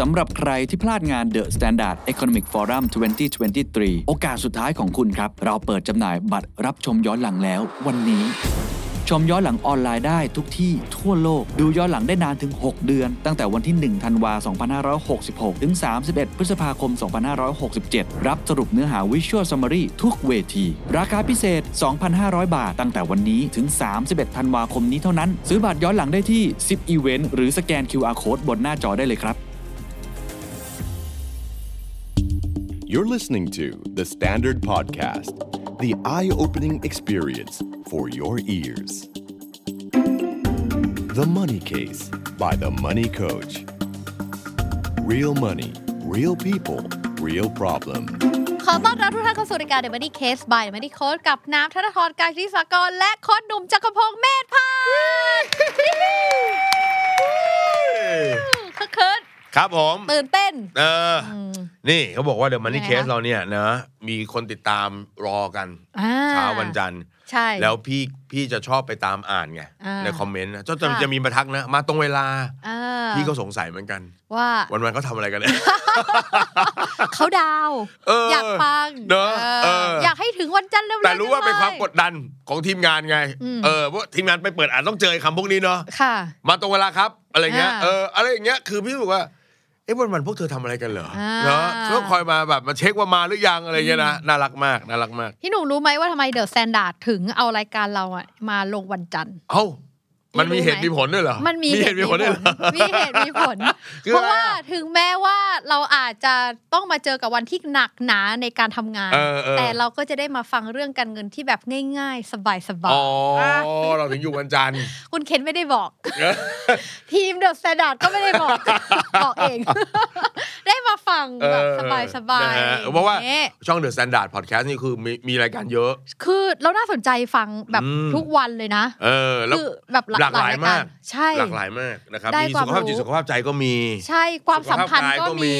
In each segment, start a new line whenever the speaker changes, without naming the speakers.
สำหรับใครที่พลาดงาน The Standard Economic Forum 2023 โอกาสสุดท้ายของคุณครับ เราเปิดจำหน่ายบัตรรับชมย้อนหลังแล้ววันนี้ ชมย้อนหลังออนไลน์ได้ทุกที่ทั่วโลก ดูย้อนหลังได้นานถึง 6 เดือน ตั้งแต่วันที่ 1 ธันวา 2566 ถึง 31 พฤษภาคม 2567 รับสรุปเนื้อหา Visual Summary ทุกเวที ราคาพิเศษ 2,500 บาท ตั้งแต่วันนี้ถึง 31 ธันวาคมนี้เท่านั้น ซื้อบัตรย้อนหลังได้ที่ 10 Event หรือสแกน QR Code บนหน้าจอได้เลยครับ
You're listening to The Standard Podcast, the eye opening experience for your ears. The Money Case by The Money Coach. Real money, real people, real problem.
ขอต้อนรับทุกท่านเข้าสู่รายการ The Money Case by The Money Coach กับน้ำธนทรกายศิริสากร และโค้ชหนุ่มจักรพงศ์เมธพันธ์คึกคืน
ครับผม
ตื่นเต้น
เอออ
ม
นี่เขาบอกว่าเดี๋ยวมันนี่
ยังไง
เค
คะ
สเราเนี่ยนะ มีคนติดตามรอกัน
อ่า
เช้าวันจันทร์
ใช่
แล้วพี่พี่จะชอบไปตามอ่านไง
อ่า
ในคอมเมนต์นะจะจะ
ค่ะ
จะมีมาทักนะ มาตรงเวลา
อ่า
พี่ก็สงสัยเหมือนกัน
ว่า
วันวันๆเขาทำอะไรกันเนี่ย
เขาดาว
เอออย
ากฟัง
เนอะ
เอ
เอ
อ
อ
อ
อ
ยากให้ถึงวันจันทร์เร็วๆ
แต่รู้ว่าเป็น
จังลย
ความกดดันของทีมงานไง
อืม
เออเพราะทีมงานไปเปิดอ่านต้องเจอไอ้คำพวกนี้เนาะ
ค่ะ
มาตรงเวลาครับ อะไรเงี้ย
อ่า
เอออะไรอย่างเงี้ยคือพี่รู้สึกว่าเอ๊ะวันวันๆพวกเธอทำอะไรกันเหรออา เนาะต้องคอยมาแบบมาเช็คว่ามาหรือยังอะไรเงี้ยนะน่ารักมากน่ารักมาก
พี่หนุ่มรู้ไหมว่าทำไมเดอะแซนด์ดถึงเอารายการเราอะมาลงวันจันทร์
เอ้า มัน
นี่
มี
รู้
เหตุ
ไหม
มีผลด้วยเหรอ
มันมี
เหตุมีผลด้วยเหรอ
มีเหตุมีผล
คือ
เพราะ
อะไร
ว่า
อ่ะ
ถึงแม้ว่าเราอาจจะต้องมาเจอกับวันที่หนักหนาในการทำงาน
เออเออ
แต่เราก็จะได้มาฟังเรื่องการเงินที่แบบง่ายๆ สบายๆ
อ๋อ
ะ
เราถึงอยู่วันจันทร์
คุณเคนไม่ได้บอก ทีมเดอะสแตนดาร์ดก็ไม่ได้บอก บอกเอง ได้มาฟัง
เออ
แบบสบาย
นะฮะ
ๆ
เพราะว่า
อย่งงี้ย
ช่องเดอะสแตนดาร์ดพอดแคสต์นี่คือมีมีรายการเยอะ
คือเราน่าสนใจฟังแบบ
อืม
ทุกวันเลยนะ
เออ แล้ว
คือแบบ
หลากหลาย
ร
มาก
รใช่
หลากหลายมากนะครับ
ได้
มี
ความ
สุขภาพจิต
รู้
สุขภาพใจก็มี
ใช่ความสัมพันธ์
สุขภาพกาย
ก็
ก็มี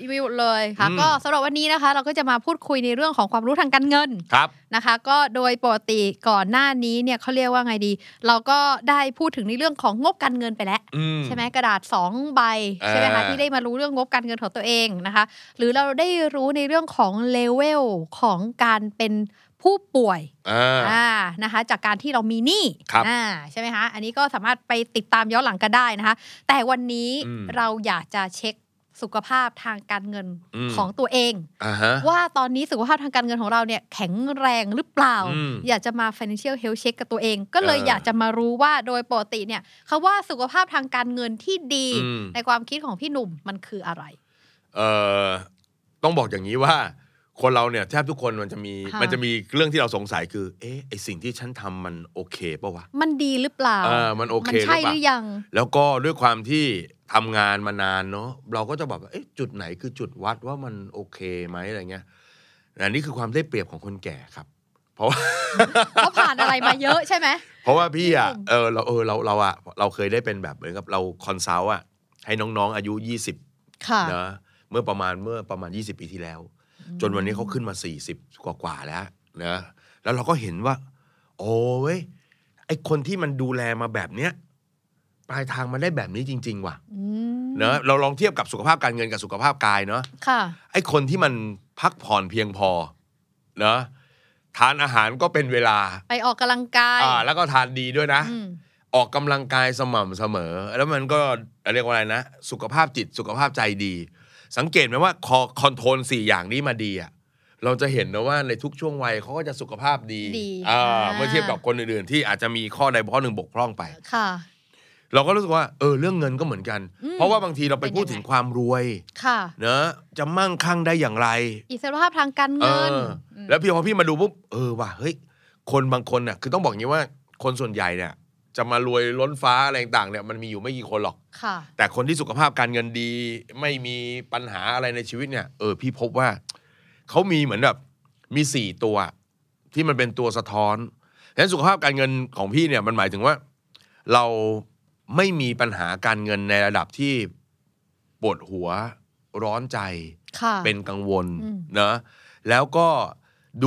มีวิวเลยค่ะ
อืม
ก็สำหรับวันนี้นะคะ เราก็จะมาพูดคุยในเรื่องของความรู้ทางการเงิน
ครับ
นะคะก็โดยปกติก่อนหน้านี้เนี่ยเขาเรียกว่าไงดี เราก็ได้พูดถึงในเรื่องของงบการเงินไปแล้ว
อืม
ใช่ไหมกระดาษ 2 ใบใช่ไหมคะ
อ่า
ที่ได้มารู้เรื่องงบการเงินของตัวเองนะคะ หรือเราได้รู้ในเรื่องของเลเวลของการเป็นผู้ป่วย
อ่า
อ่านะคะจากการที่เรามีหนี้
ครับ
อ่าใช่ไหมคะอันนี้ก็สามารถไปติดตามย้อนหลังกันได้นะคะ แต่วันนี้
อืม
เราอยากจะเช็คสุขภาพทางการเงิน
อืม
ของตัวเอง
อ่าฮะ
ว่าตอนนี้สุขภาพทางการเงินของเราเนี่ยแข็งแรงหรือเปล่า
อืม
อยากจะมา financial health check กับตัวเอง ก็เลย
เอออย
อากจะมารู้ว่าโดยปกติเนี่ยคำว่าสุขภาพทางการเงินที่ดี
อืม
ในความคิดของพี่หนุ่มมันคืออะไร
เอ่อต้องบอกอย่างนี้ว่า คนเราเนี่ยแทบทุกคนมันจะมี
ค่ะ
มันจะมีเรื่องที่เราสงสัยคือ เอ๊ะไอสิ่งที่ฉันทำมันโอเคปะวะ
มันดีหรือเปล่า
เออมันโอเค
มันใช่
หรื
ห
อเปล่า
รือยัง
แล้วก็ด้วยความที่ทำงานมานานเนาะเราก็จะแบบว่าเอ๊ะจุดไหนคือจุดวัดว่ามันโอเคไหมอะไรเงี้ยอันนี้คือความได้เปรียบของคนแก่ครับ เพราะว่า
เขาผ่านอะไรมาเยอะใช่ไหม
เพราะว่าพี่อ่ะ
อืม
เออเราเออเราเราอ่ะเราเคยได้เป็นแบบเหมือนกับเราคอนซัลท์อ่ะให้น้องๆอายุ 20
ค่ะ
นะเมื่อประมาณเมื่อประมาณ 20 ปีที่แล้ว จนวันนี้เขาขึ้นมา 40 กว่ากว่าๆแล้วนะแล้วเราก็เห็นว่า โอ้เว้ยไอคนที่มันดูแลมาแบบเนี้ยปลายทางมันได้แบบนี้จริง ๆ ว่ะ
อืม
เนอะเราลองเทียบกับสุขภาพการเงินกับสุขภาพกายเนอะ
ค่ะ
ไอ้คนที่มันพักผ่อนเพียงพอเนอะทานอาหารก็เป็นเวลา
ไปออกกำลังกาย
อ่าแล้วก็ทานดีด้วยนะ
อืม
ออกกำลังกายสม่ำเสมอ แล้วมันก็เรียกว่าอะไรนะ สุขภาพจิตสุขภาพใจดี สังเกตไหมว่าคอคอนโทรลสี่อย่างนี้มาดีอะเราจะเห็นนะว่าในทุกช่วงวัยเขาก็จะสุขภาพดี
ดี
อ่า
า
เมื่อเทียบกับคนอื่นๆ ที่อาจจะมีข้อใดข้อหนึ่งบกพร่องไป
ค่ะ
เราก็รู้สึกว่าเออเรื่องเงินก็เหมือนกัน
อืม
เพราะว่าบางทีเราไป
เป็นยังไง
พูดถึงความรวย
ค่ะ
เนอะจะมั่งคั่งได้อย่างไร
อิสรภาพทางการ
เอ
เงิน
ออแล้วพี่พอพี่มาดูปุ๊บเออว่ะเฮ้ยคนบางคนน่ะคือต้องบอกอย่างนี้ว่าคนส่วนใหญ่เนี่ย จะมารวยล้นฟ้าอะไรต่างๆเนี่ยมันมีอยู่ไม่กี่คนหรอก
ค่ะ
แต่คนที่สุขภาพการเงินดี ไม่มีปัญหาอะไรในชีวิตเนี่ย เออ พี่พบว่าเขามีเหมือนแบบมีสี่ตัว ที่มันเป็นตัวสะท้อนฉะนั้นสุขภาพการเงินของพี่เนี่ยมันหมายถึงว่า เราไม่มีปัญหาการเงินในระดับที่ปวดหัวร้อนใจ
ค่ะ
เป็นกังวล
อืม
นะแล้วก็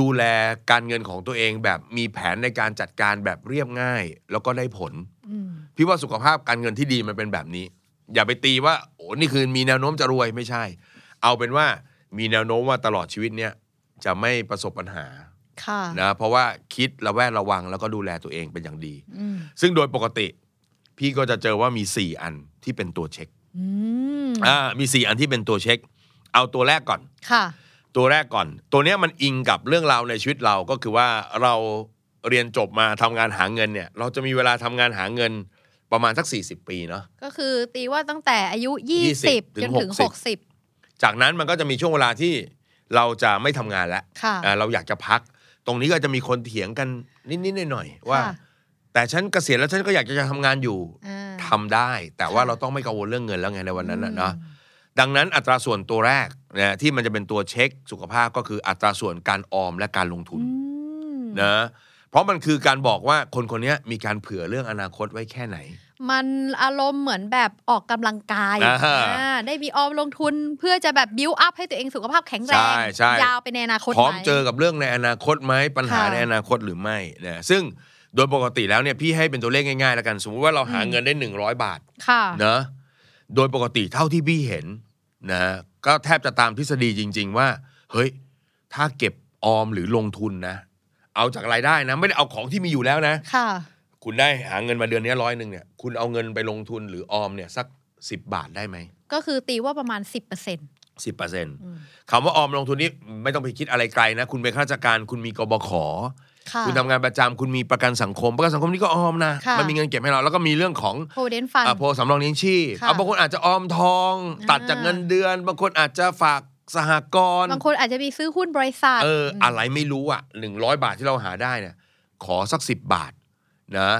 ดูแลการเงินของตัวเองแบบมีแผนในการจัดการแบบเรียบง่าย แล้วก็ได้ผล
อืม
พี่ว่าสุขภาพการเงินที่ดีมันเป็นแบบนี้ อย่าไปตีว่า อ้นี่คือมีแนวโน้มจะรวยไม่ใช่ เอาเป็นว่ามีแนวโน้มว่าตลอดชีวิตเนี่ยจะไม่ประสบปัญหา
ค่ะ
นะเพราะว่าคิดระแวดระวังแล้วก็ดูแลตัวเองเป็นอย่างดี
อืม
ซึ่งโดยปกติ พี่ก็จะเจอว่ามี 4 อันที่เป็นตัวเช็ค
อืม
อ่ามี 4 อันที่เป็นตัวเช็ค เอาตัวแรกก่อน
ค่ะ
ตัวแรกก่อน ตัวเนี้ยมันอิงกับเรื่องราวในชีวิตเราก็คือว่าเราเรียนจบมาทำงานหาเงินเนี่ย เราจะมีเวลาทำงานหาเงินประมาณสัก 40 ปีเนาะ
ก็คือตีว่าตั้งแต่อายุ 20
20
จนถึง
ถึง จากนั้นมันก็จะมีช่วงเวลาที่เราจะไม่ทำงานแล้ว
60 ค่ะ
อ่าเราอยากจะพัก ตรงนี้ก็จะมีคนเถียงกันนิดๆหน่อยๆว่า
ค่ะ
แต่ฉันเกษียณแล้วฉันก็อยากจะทำงานอยู่
อ่า
ทำได้ แต่ว่า
ค่ะ
เราต้องไม่กังวลเรื่องเงินแล้วไงในวันนั้นนะเนาะ ดังนั้นอัตราส่วนตัวแรกนะที่มันจะเป็นตัวเช็คสุขภาพก็คืออัตราส่วนการออมและการลงทุ
อื
น
ม
นะเพราะมันคือการบอกว่าคนคนเนี้ยมีการเผื่อเรื่องอนาคตไว้แค่ไหน
มันอารมณ์เหมือนแบบออกกำลังกาย
อ่าฮะ
อ่าได้มีออมลงทุนเพื่อจะแบบบิวอัพให้ตัวเองสุขภาพแข็งแรง
ใช่ใช่
ยาวไปในอนาคต
พร้อม
ไห
เจอกับเรื่องในอนาคตไหมปัญหา
ค่ะ
ในอนาคตหรือไม่นะซึ่งโดยปกติแล้วเนี่ยพี่ให้เป็นตัวเลขง่ายๆแล้วกัน สมมติว่าเราหา
อืม
เงินได้ 100 บาท
ค่ะ
นะโดยปกติเท่าที่พี่เห็นนะก็แทบจะตามทฤษฎีจริง ๆ ว่า เฮ้ย ถ้าเก็บออมหรือลงทุนนะ เอาจากรายได้นะไม่ได้เอาของที่มีอยู่แล้วนะ
ค่ะ
คุณได้หาเงินมาเดือนนี้ร้อยหนึ่งเนี่ยคุณเอาเงินไปลงทุนหรือออมเนี่ยสัก 10 บาทได้ไหม
ก็คือตีว่าประมาณ 10%อร์
สิบเปอร์เซ็นต์คำว่าออมลงทุนนี่ไม่ต้องไปคิดอะไรไกลนะ คุณเป็นข้าราชการคุณมีกบข
ค่ะ
คุณทำงานประจำคุณมีประกันสังคม ประกันสังคมนี่ก็ออมนะ
ค่ะ
มันมีเงินเก็บให้เรา แล้วก็มีเรื่องของ
โพเดนฟัน
อ่ะโพสำรองเลี้ยงชีพ
ค่ะ
อ่ะบางคนอาจจะออมทอง
อ่า
ตัดจากเงินเดือน บางคนอาจจะฝากสหกรณ์
บางคนอาจจะมีซื้อหุ้นบริษัท
เอออะไรไม่รู้อ่ะหนึ่งร้อยบาทที่เราหาได้เนี่ยขอสักสิบบาทนะ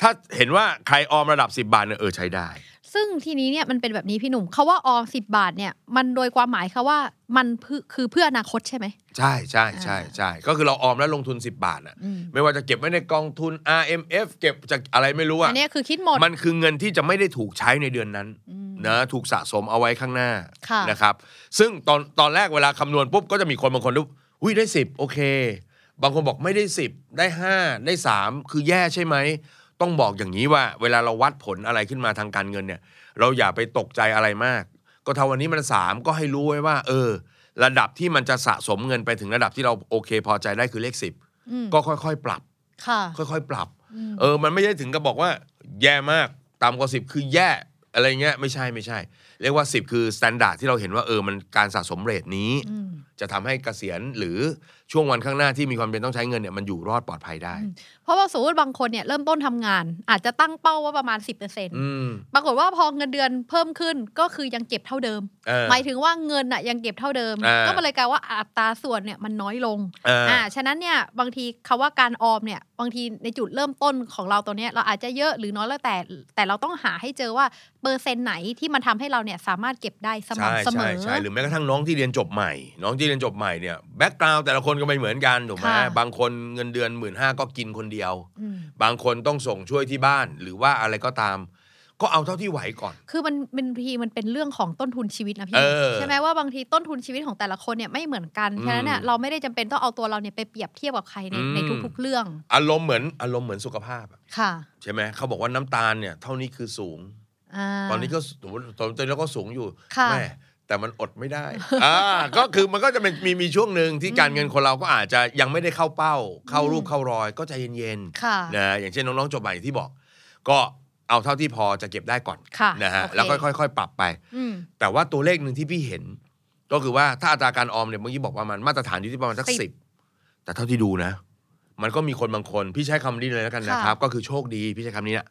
ถ้าเห็นว่าใครออมระดับ 10 บาทเนี่ยเออใช้ได้
ซึ่งทีนี้เนี่ยมันเป็นแบบนี้พี่หนุ่มเขาว่าออม10 บาทเนี่ย มันโดยความหมายเขาว่ามันเพื่อคือเพื่ออนาคตใช่ไหม
ใช่ใช่ใช่
อ่า
ใช่ก็คือเราออมแล้วลงทุน 10 บาทอ่ะ
อืม
ไม่ว่าจะเก็บไว้ในกองทุน RMF เก็บจากอะไรไม่รู้อ่ะ
อันเนี้ยคือคิดหมด
มันคือเงินที่จะไม่ได้ถูกใช้ในเดือนนั้น
อืม
นะถูกสะสมเอาไว้ข้างหน้า
ค่ะ
นะครับ ซึ่งตอนตอนแรกเวลาคำนวณปุ๊บก็จะมีคนบางคนรู้หุ้ยได้ 10 โอเค บางคนบอกไม่ได้ 10 ได้ 5 ได้ 3 คือแย่ใช่ไหม ต้องบอกอย่างนี้ว่า เวลาเราวัดผลอะไรขึ้นมาทางการเงินเนี่ย เราอย่าไปตกใจอะไรมาก ก็ถ้าวันนี้มัน 3 ก็ให้รู้ไว้ว่า เออ ระดับที่มันจะสะสมเงินไปถึงระดับที่เราโอเค พอใจได้คือเลข
อืม
10 ก็ค่อยๆ ปรับ
ค่ะ
ค่อยๆ ปรับ
ม
เออ มันไม่ได้ถึงกับบอกว่า แย่มาก ต่ำกว่าสิบคือแย่ อะไรเงี้ย ไม่ใช่ไม่ใช่ เรียกว่า 10 คือสแตนดาร์ดที่เราเห็นว่าเออ มันการสะสมเรทนี้
อืม
จะทำให้เกษียณหรือช่วงวันข้างหน้าที่มีความเป็นต้องใช้เงินเนี่ยมันอยู่รอดปลอดภัยได้
เพราะว่าสมมติบางคนเนี่ยเริ่มต้นทำงาน อาจจะตั้งเป้าว่าประมาณ 10%
อืม
ปรากฏว่าพอเงินเดือนเพิ่มขึ้นก็คือยังเก็บเท่าเดิม
เออ
หมายถึงว่าเงินอะยังเก็บเท่าเดิม
อ่า
ก็เลยกลายว่าอัตราส่วนเนี่ยมันน้อยลง
เอออ
ฉะนั้นเนี่ยบางทีคำว่าการออมเนี่ยบางทีในจุดเริ่มต้นของเราตัวเนี้ยเราอาจจะเยอะหรือน้อยแล้วแต่ แต่เราต้องหาให้เจอว่าเปอร์เซ็นต์ไหนที่มันทำให้เราเนี่ยสามารถเก็บได้สม่ำเสมอ
ใช่ใช่ใช่หรือแม้กระทั่งน้องที่เรียนจบใหม่ น้องที่เรียนจบใหม่เนี่ยแบ็กกราวแต่ละคนก็ไม่เหมือนกันถูกไหม
ค่ะ
บางคนเงินเดือนหมื่นห้าก็กินคนเดียว
อืม
บางคนต้องส่งช่วยที่บ้านหรือว่าอะไรก็ตาม ก็เอาเท่าที่ไหวก่อน
คือมันเป็นทีมันเป็นเรื่องของต้นทุนชีวิตนะพี่
เออ
ใช่ไหมว่าบางทีต้นทุนชีวิตของแต่ละคนเนี่ยไม่เหมือนกัน
อืม
ฉะนั้นเนี่ยเราไม่ได้จำเป็นต้องเอาตัวเราเนี่ยไปเปรียบเทียบกับใครใน
อืม
ในทุกๆเรื่อง
อารมณ์เหมือนอารมณ์เหมือนสุขภาพอะ
ค่ะ
ใช่ไหมเขาบอกว่าน้ำตาลเนี่ยเท่านี้คือสูง
า
ตอนนี้ก็สมมติตอนนี้เราก็สูงอยู่
ค่ะ
แม่แต่มันอดไม่ได้ อ่าก็คือมันก็จะเป็นมีมีช่วงหนึ่งที่การเงินคนเราก็อาจจะยังไม่ได้เข้าเป้า เข้ารูปเข้ารอย ก็ใจเย็น
ค่ะ
ๆนะอย่างเช่นน้องๆจบใหม่ที่บอก ก็เอาเท่าที่พอจะเก็บได้ก่อน
ค่ะ
นะฮะ
โอเค
แล้วค่อยๆ ปรับไป
อืม
แต่ว่าตัวเลขหนึ่งที่พี่เห็น ก็คือว่าถ้าอัตราการออมเนี่ยเมื่อกี้บอกประมาณมาตรฐานอยู่ที่ประมาณสัก
สิบ
สิบแต่เท่าที่ดูนะ มันก็มีคนบางคนพี่ใช้คำนี้เลยแล้วกันนะครับ ก็คือโชคดีพี่ใช้คำนี้นะ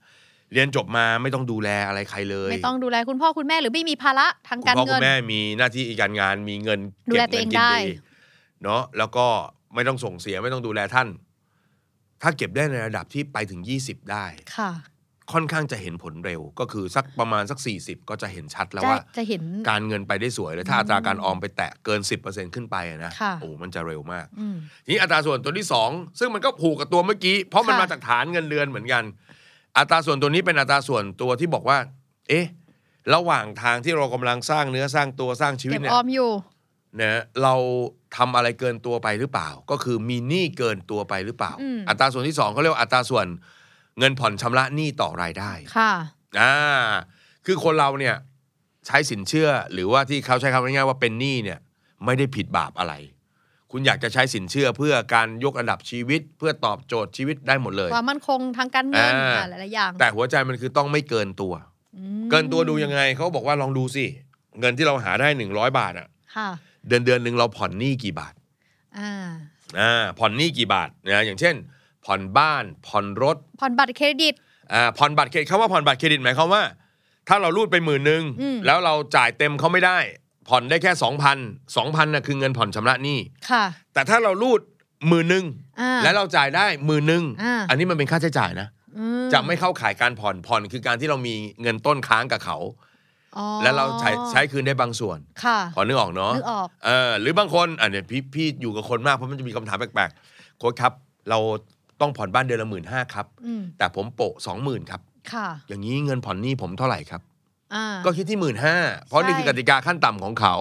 เรียนจบมาไม่ต้องดูแลอะไรใครเลย
ไม่ต้องดูแลคุณพ่อคุณแม่หรือไม่มีภาระทาง
คุณ
การ
พ่อคุ
เงิน
ณแม่มีหน้าที่การงานมีเงิน
ดูแล
ก็บ
ตัวเอง
งินกิน
ได้
เนาะแล้วก็ไม่ต้องส่งเสียไม่ต้องดูแลท่าน ถ้าเก็บได้ในระดับที่ไปถึง 20 ได้
ค่ะ
ค่อนข้างจะเห็นผลเร็ว ก็คือสักประมาณสัก 40 ก็จะเห็นชัดแล้ว
จะ
ว่า
จะเห็น
การเงินไปได้สวยเลยถ้าอัตราการออมไปแตะเกิน 10%ขึ้นไปอะนะ
ค่ะ
โอ้มันจะเร็วมาก
อืม
ทีนี้อัตราส่วนตัวที่ 2 ซึ่งมันก็ผูกกับตัวเมื่อกี้ เพราะมัน
ค่ะ
มาจากฐานเงินเดือนเหมือนกัน อัตราส่วนตัวนี้เป็นอัตราส่วนตัวที่บอกว่า เอ๊ะ ระหว่างทางที่เรากำลังสร้างเนื้อสร้างตัวสร้างชีวิต
เก็บ
เนี่ย
ออมอยู่
นะเราทำอะไรเกินตัวไปหรือเปล่า ก็คือมีหนี้เกินตัวไปหรือเปล่า
อืม
อัตราส่วนที่สองเขาเรียกว่าอัตราส่วนเงินผ่อนชำระหนี้ต่อรายได้
ค่ะ
อ่า คือคนเราเนี่ย ใช้สินเชื่อ หรือว่าที่เขาใช้คำง่ายๆว่าเป็นหนี้เนี่ยไม่ได้ผิดบาปอะไร คุณอยากจะใช้สินเชื่อเพื่อการยกอันดับชีวิต เพื่อตอบโจทย์ชีวิตได้หมดเลย
ความมั่นคงทางการเงิน
อ่า
อ่ะหลายๆอย่าง
แต่หัวใจมันคือต้องไม่เกินตัว
อืม
เกินตัวดูยังไงเขาบอกว่าลองดูสิ เงินที่เราหาได้100 บาทอะ
ค่ะ
เดือนเดือนหนึ่งเราผ่อนหนี้กี่บาท
อ่า
อ่าผ่อนหนี้กี่บาทนะอย่างเช่น ผ่อนบ้านผ่อนรถ
ผ่อนบัตรเครดิต
อ่าผ่อนบัตรเครดิตคำว่าผ่อนบัตรเครดิตหมายความว่า ถ้าเรารูดไปหมื่นหนึ่ง
อืม
แล้วเราจ่ายเต็มเขาไม่ได้ ผ่อนได้แค่สองพันสองพันน่ะคือเงินผ่อนชำระหนี้
ค่ะ
แต่ถ้าเรารูดหมื่นหนึ่ง
อ่า
แล้วเราจ่ายได้หมื่นหนึ่ง
อ่า
อันนี้มันเป็นค่าใช้จ่ายนะ
อื
จะไม่เข้าขายการผ่อนผ่อนคือการที่เรามีเงินต้นค้างกับเขา
อ๋อ
แล้วเราใช้ใช้คืนได้บางส่วน
ค่ะ
พอนึกออกเนาะ
นึกออก
เออหรือบางคนอ่ะเนี่ยพี่พี่อยู่กับคนมากเพราะมันจะมีคำถามแปลกๆโค้ชครับ เราต้องผ่อนบ้านเดือนละหมื่นห้าครับ
อืม
แต่ผมโปะสองหมื่นครับ
ค่ะ
อย่างนี้เงินผ่อนหนี้ผมเท่าไหร่ครับ
อ่า
ก็คิดที่หมื่นห้าเพราะนี่คือกติกาขั้นต่ำของเขา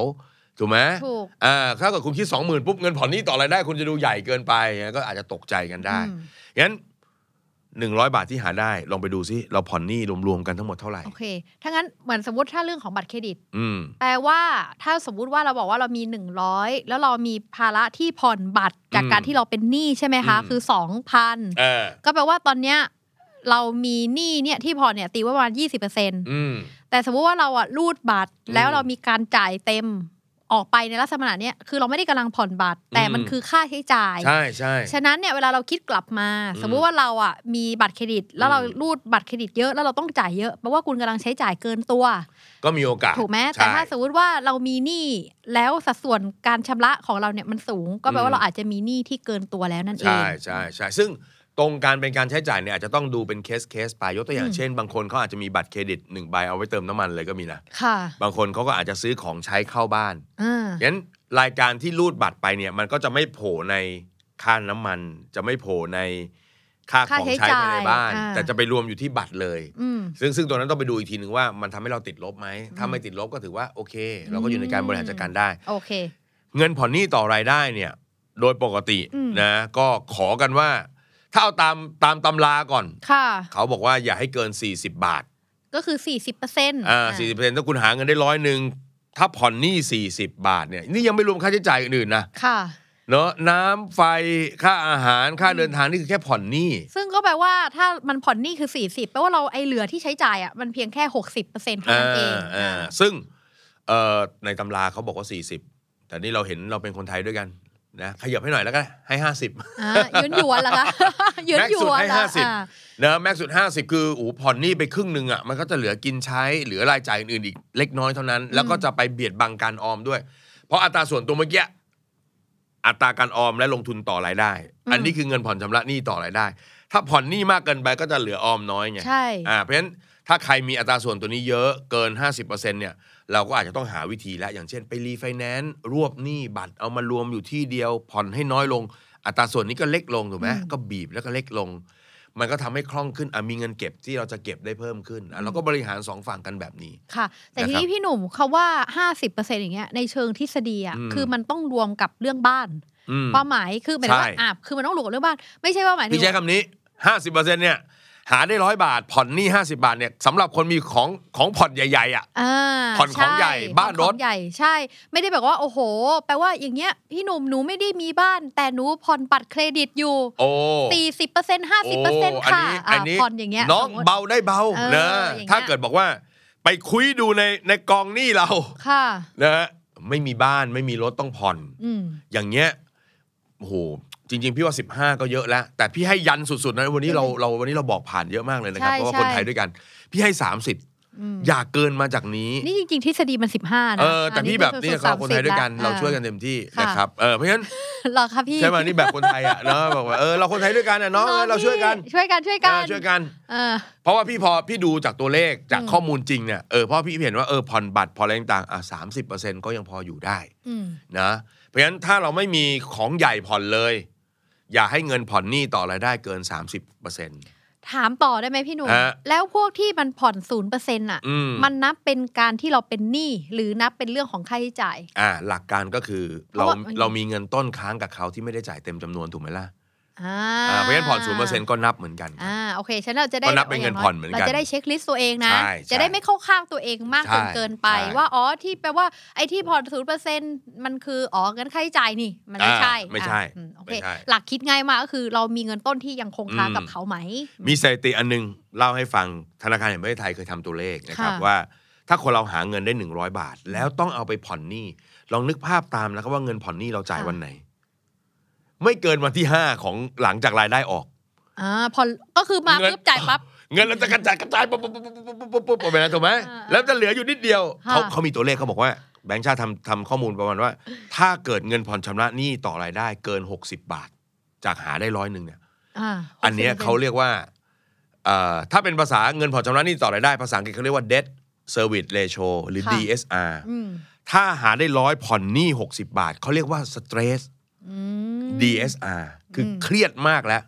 ถูกไหม
ถูก
อ่าถ้าเกิดคุณคิดสองหมื่นปุ๊บเงินผ่อนหนี้ต่อรายได้คุณจะดูใหญ่เกินไปก็อาจจะตกใจกันได้
อืม
งั้นหนึ่งร้อยบาทที่หาได้ลองไปดูซิเราผ่อนหนี้รวมๆกันทั้งหมดเท่าไหร่
โอเค ถ้างั้นเหมือนสมมติถ้าเรื่องของบัตรเครดิต
อืม
แปลว่าถ้าสมมุติว่าเราบอกว่าเรามี 100 แล้วเรามีภาระที่ผ่อนบัตรจาก
อืม
การที่เราเป็นหนี้ใช่ไหมคะ
อืม
คือ
เออ
2,000 ก็แปลว่าตอนเนี้ยเรามีหนี้เนี่ยที่ผ่อนเนี่ยตีไว้ประมาณ 20%
อืม
แต่สมมุติว่าเราอะรูดบัตร
อืม
แล้วเรามีการจ่ายเต็มออกไปในลักษณะเนี้ยคือเราไม่ได้กำลังผ่อนบัตร แต่มัน
อืม
คือค่าใช้จ่าย
ใช่ใช่
ฉะนั้นเนี่ยเวลาเราคิดกลับมา
อืม
สมมุติว่าเราอ่ะมีบัตรเครดิต แล้วเรา
อืม
รูดบัตรเครดิตเยอะแล้วเราต้องจ่ายเยอะแปลว่าคุณกำลังใช้จ่ายเกินตัว
ก็มีโอกาส
ถูกไหม
ใช่
แต่ถ้าสมมติว่าเรามีหนี้แล้วสัดส่วนการชำระของเราเนี่ยมันสูง ก็แปล
อื
ว่าม เราอาจจะมีหนี้ที่เกินตัวแล้วนั่นเอง
ใช่ใช่ใช่ซึ่งตรงการเป็นการใช้จ่ายเนี่ยอาจจะต้องดูเป็นเคสเคสไปยกตัวอย่าง
อืม
เช่น บางคนเขาอาจจะมีบัตรเครดิตหนึ่งใบเอาไว้เติมน้ำมันเลยก็มีนะ
ค่ะ
บางคนเขาก็อาจจะซื้อของใช้เข้าบ้าน
อ่า
งั้นรายการที่รูดบัตรไปเนี่ยมันก็จะไม่โผล่ในค่าน้ำมัน จะไม่โผล่ในค่าของใช้ภายในบ้าน แต่จะไปรวมอยู่ที่บัตรเลย
อืม
ซึ่งซึ่งตัวนั้นต้องไปดูอีกทีหนึ่งว่ามันทำให้เราติดลบไหมถ้าไม่ติดลบก็ถือว่าโอเค เราก็อยู่ในการบริหารจัดการได้
โอเค
เงินผ่อนหนี้ต่อรายได้เนี่ย โดยปกติ
อืม
นะก็ขอกันว่า ถ้าเอาตามตามตำราก่อน
ค่ะ
เขาบอกว่าอย่าให้เกิน 40 บาท
ก็คือ 40%อ
อ่า
่า
สี่สิบเปอร์เซ็นต์ถ้าคุณหาเงินได้ร้อยหนึ่งถ้าผ่อนหนี้40 บาทเนี่ยนี่ยังไม่รวมค่าใช้จ่ายอื่นๆนะ
ค่ะ
เนาะน้ำไฟค่าอาหารค่าเดินทางนี่คือแค่ผ่อนหนี้
ซึ่งก็แปลว่าถ้ามันผ่อนหนี้คือ 40แปลว่าเราไอ้เหลือที่ใช้จ่ายอ่ะมันเพียงแค่ 60%เท่า
อ่
นั้นเอา ง
อ่า
อ่า
ซึ่งเอ่อในตำราเขาบอกว่า 40 แต่นี่เราเห็นเราเป็นคนไทยด้วยกันนะขยับให้หน่อยแล้วกันให้ 50
อ่าหยวนหยวนเหรอคะ หยวนหยวนเหรอ
แม็กซ์สุดให้ห้าสิบ
อ่า
นะแม็กสุด 50 คือโอูผ่อนหนี้ไปครึ่งหนึ่งอ่ะมันก็จะเหลือกินใช้เหลือรายจ่ายอื่นๆอีกเล็กน้อยเท่านั้น แล้วก็จะไปเบียดบังการออมด้วย เพราะอัตราส่วนตัวเมื่อกี้อัตราการออมและลงทุนต่อรายได้ อันนี้คือเงินผ่อนชำระหนี้ต่อรายได้ ถ้าผ่อนหนี้มากเกินไปก็จะเหลือออมน้อยไง
ใช่
อ่าเพราะฉะนั้นถ้าใครมีอัตราส่วนตัวนี้เยอะเกิน 50%เนี่ยเราก็อาจจะต้องหาวิธีแล้วอย่างเช่นไปรีไฟแนนซ์รวบหนี้บัตรเอามารวมอยู่ที่เดียว ผ่อนให้น้อยลง อัตราส่วนนี้ก็เล็กลงถูกไหม
อืม
ก็บีบแล้วก็เล็กลง มันก็ทำให้คล่องขึ้นอ่ะมีเงินเก็บที่เราจะเก็บได้เพิ่มขึ้นอ่ะเราก็บริหารสองฝั่งกันแบบนี้
ค่ะ แต่
นะครับ
ทีนี้พี่หนุ่มเขาว่า 50%อย่างเงี้ยในเชิงทฤษฎีอ่ะ
อืม
คือมันต้องรวมกับเรื่องบ้าน
อืม
ความหมายคือหมายถึงว่า
ใช่
อ่ะคือมันต้องหลวมกับเรื่องบ้าน ไม่ใช่ว่าหมายถึง
พี่ใช้
ว่า
คำนี้ห้าสิบเปอร์เซ็นเนี่ยหาได้ร้อยบาท ผ่อนหนี้ห้าสิบาทเนี่ยสำหรับคนมีของของผ่อนใหญ่ๆอ่ะ
อ่า
ผ่อนของใหญ่
ช่
บ้านรถ
ผ่อของใหญ่ใช่ ไม่ได้แบบว่าโอ้โห แปลว่าอย่างเงี้ยพี่หนุ่มหนูไม่ได้มีบ้าน แต่หนูผ่อนบัตรเครดิตอยู่
โอ้
สี่สิบเปอร์เซ็นต์ห้า
โอ้
สิบเปอร์เซ็นต์ค่ะ
อั
อ่ะผ่อนอย่างเงี้ย
น้อง
สมมุติ
เบาได้เบา
เออ
นะ
อย่างเงี้ย
ถ้าเกิดบอกว่า ไปคุยดูในในกองหนี้เรา
ค่ะ
นะฮะไม่มีบ้านไม่มีรถต้องผ่อน
อืม
อย่างเงี้ยโอ้โหจริง ๆ พี่ว่า 15 ก็เยอะแล้ว แต่พี่ให้ยันสุดๆนะวันนี้เราเราวันนี้เราบอกผ่านเยอะมากเลยนะครับ เพราะว่าคนไทยด้วยกัน พี่ให้
อืม
30 อย่าเกินมาจากนี้
นี่จริง ๆ ทฤษฎีมันสิบห้านะ
เออ แต่
อั
พี่แบบนี่
ส่ว
เรา
ๆ
คนไทยด้วยกัน
30ะ
เราช่วยกัน
อ่
เต็มที่
ค่ะ
นะครับเออเพราะฉะนั้นา
เหรอคะพี่
ใช่ไหมนี่แบบคนไทยอ่ะเนาะบอกว่าเออเราคนไทยด้วยกันอ่ะเนาะ
ออ
เรา
พี่
ช่วยกัน
ช่วยกันช่วย
เอ
กั
อนช่วยกัน
เออ
เพราะว่าพี่พอพี่ดูจากตัวเลขจาก
อืม
ข้อมูลจริงเนี่ยเออเพราะพี่เห็นว่าเออผ่อนบัตรผ่อนอะไรต่างๆอ่ะสามสิบเปอร์เซ็นต์ก็ยังพออยู่ได้
อืม
นะเพราะฉะนั้นถ้าเราไม่มีของใหญ่ผ่อนเลย อย่าให้เงินผ่อนหนี้ต่อรายได้เกิน 30%
ถามต่อได้ไหมพี่หนุ่ม
ฮะ
แล้วพวกที่มันผ่อนศูนย์เปอร์เซ็นต์อ่ะ
อืม
มันนับเป็นการที่เราเป็นหนี้หรือนับเป็นเรื่องของค่าใช้จ่าย
อ่าหลักการก็คือ
เพ
เรา
ราะว่า
เรามีเงินต้นค้างกับเขาที่ไม่ได้จ่ายเต็มจำนวนถูกไหมล่ะ
อ่า
อ่าเพราะฉะนั้นผ่อนศูนย์เปอร์เซ็นต์ก็นับเหมือนกันครับ
อ่าโอเคฉะนันเราจะได้
ก็นับเป็นเงินผ่อนเหมือนกัน
เราจะได้เช็คลิสต์ตัวเองนะ
ใช่ใช่
จะได้ไม่เข้าข้างตัวเองมากจน
ใช่
เกินไป
ใช่
ว่าอ๋อที่แปลว่าไอ้ที่ผ่อนศูนย์เปอร์เซ็นต์มันคืออ๋อเงินค่าใช้จ่ายนี่ มันไม่ใช่
อ่าไม่ใช่
อ่ะอืมโอเค
ไม่ใช่
หลักคิดง่ายมากก็คือเรามีเงินต้นที่ยังคงค้างกับเขาไหม
มีสถิติอันนึงเล่าให้ฟังธนาคารแห่งประเทศไทยเคยทำตัวเลขนะครับ
ค่ะ
ว่าถ้าคนเราหาเงินได้ 100 บาท แล้วต้องเอาไปผ่อนหนี้ลองนึกภาพตามนะครับว่าเงินผ่อนหนี้เราจ่ายวันไหน ไม่เกินวันที่ 5 ของหลังจากรายได้ออก
อ่าผ่อนก็คือมา
เงิน
ปุ๊บจ่ายปั๊บ
เงินเราจะกระจายกระจายปุ๊บปุ๊บปุ๊บปุ๊บปุ๊บปุ๊บปุ๊บไปนะถูกไหม
อ่า
แล้วจะเหลืออยู่นิดเดียว
ค่ะ
เขาเขามีตัวเลขเขาบอกว่าแบงค์ชาติทำทำข้อมูลประมาณว่า ถ้าเกิดเงินผ่อนชำระหนี้ต่อรายได้เกิน 60 บาท จากหาได้ร้อยหนึ่งเนี่ย
อ่า
อันเนี้ยเขาเรียกว่าเอ่อถ้าเป็นภาษาเงินผ่อนชำระหนี้ต่อรายได้ ภาษาอังกฤษเขาเรียกว่า debt service ratio หรือ DSR
อืม
ถ้าหาได้ร้อยผ่อนหนี้ 60 บาท เขาเรียกว่า stress
อืม
DSR คืออ
ม
เครียดมากแล้ว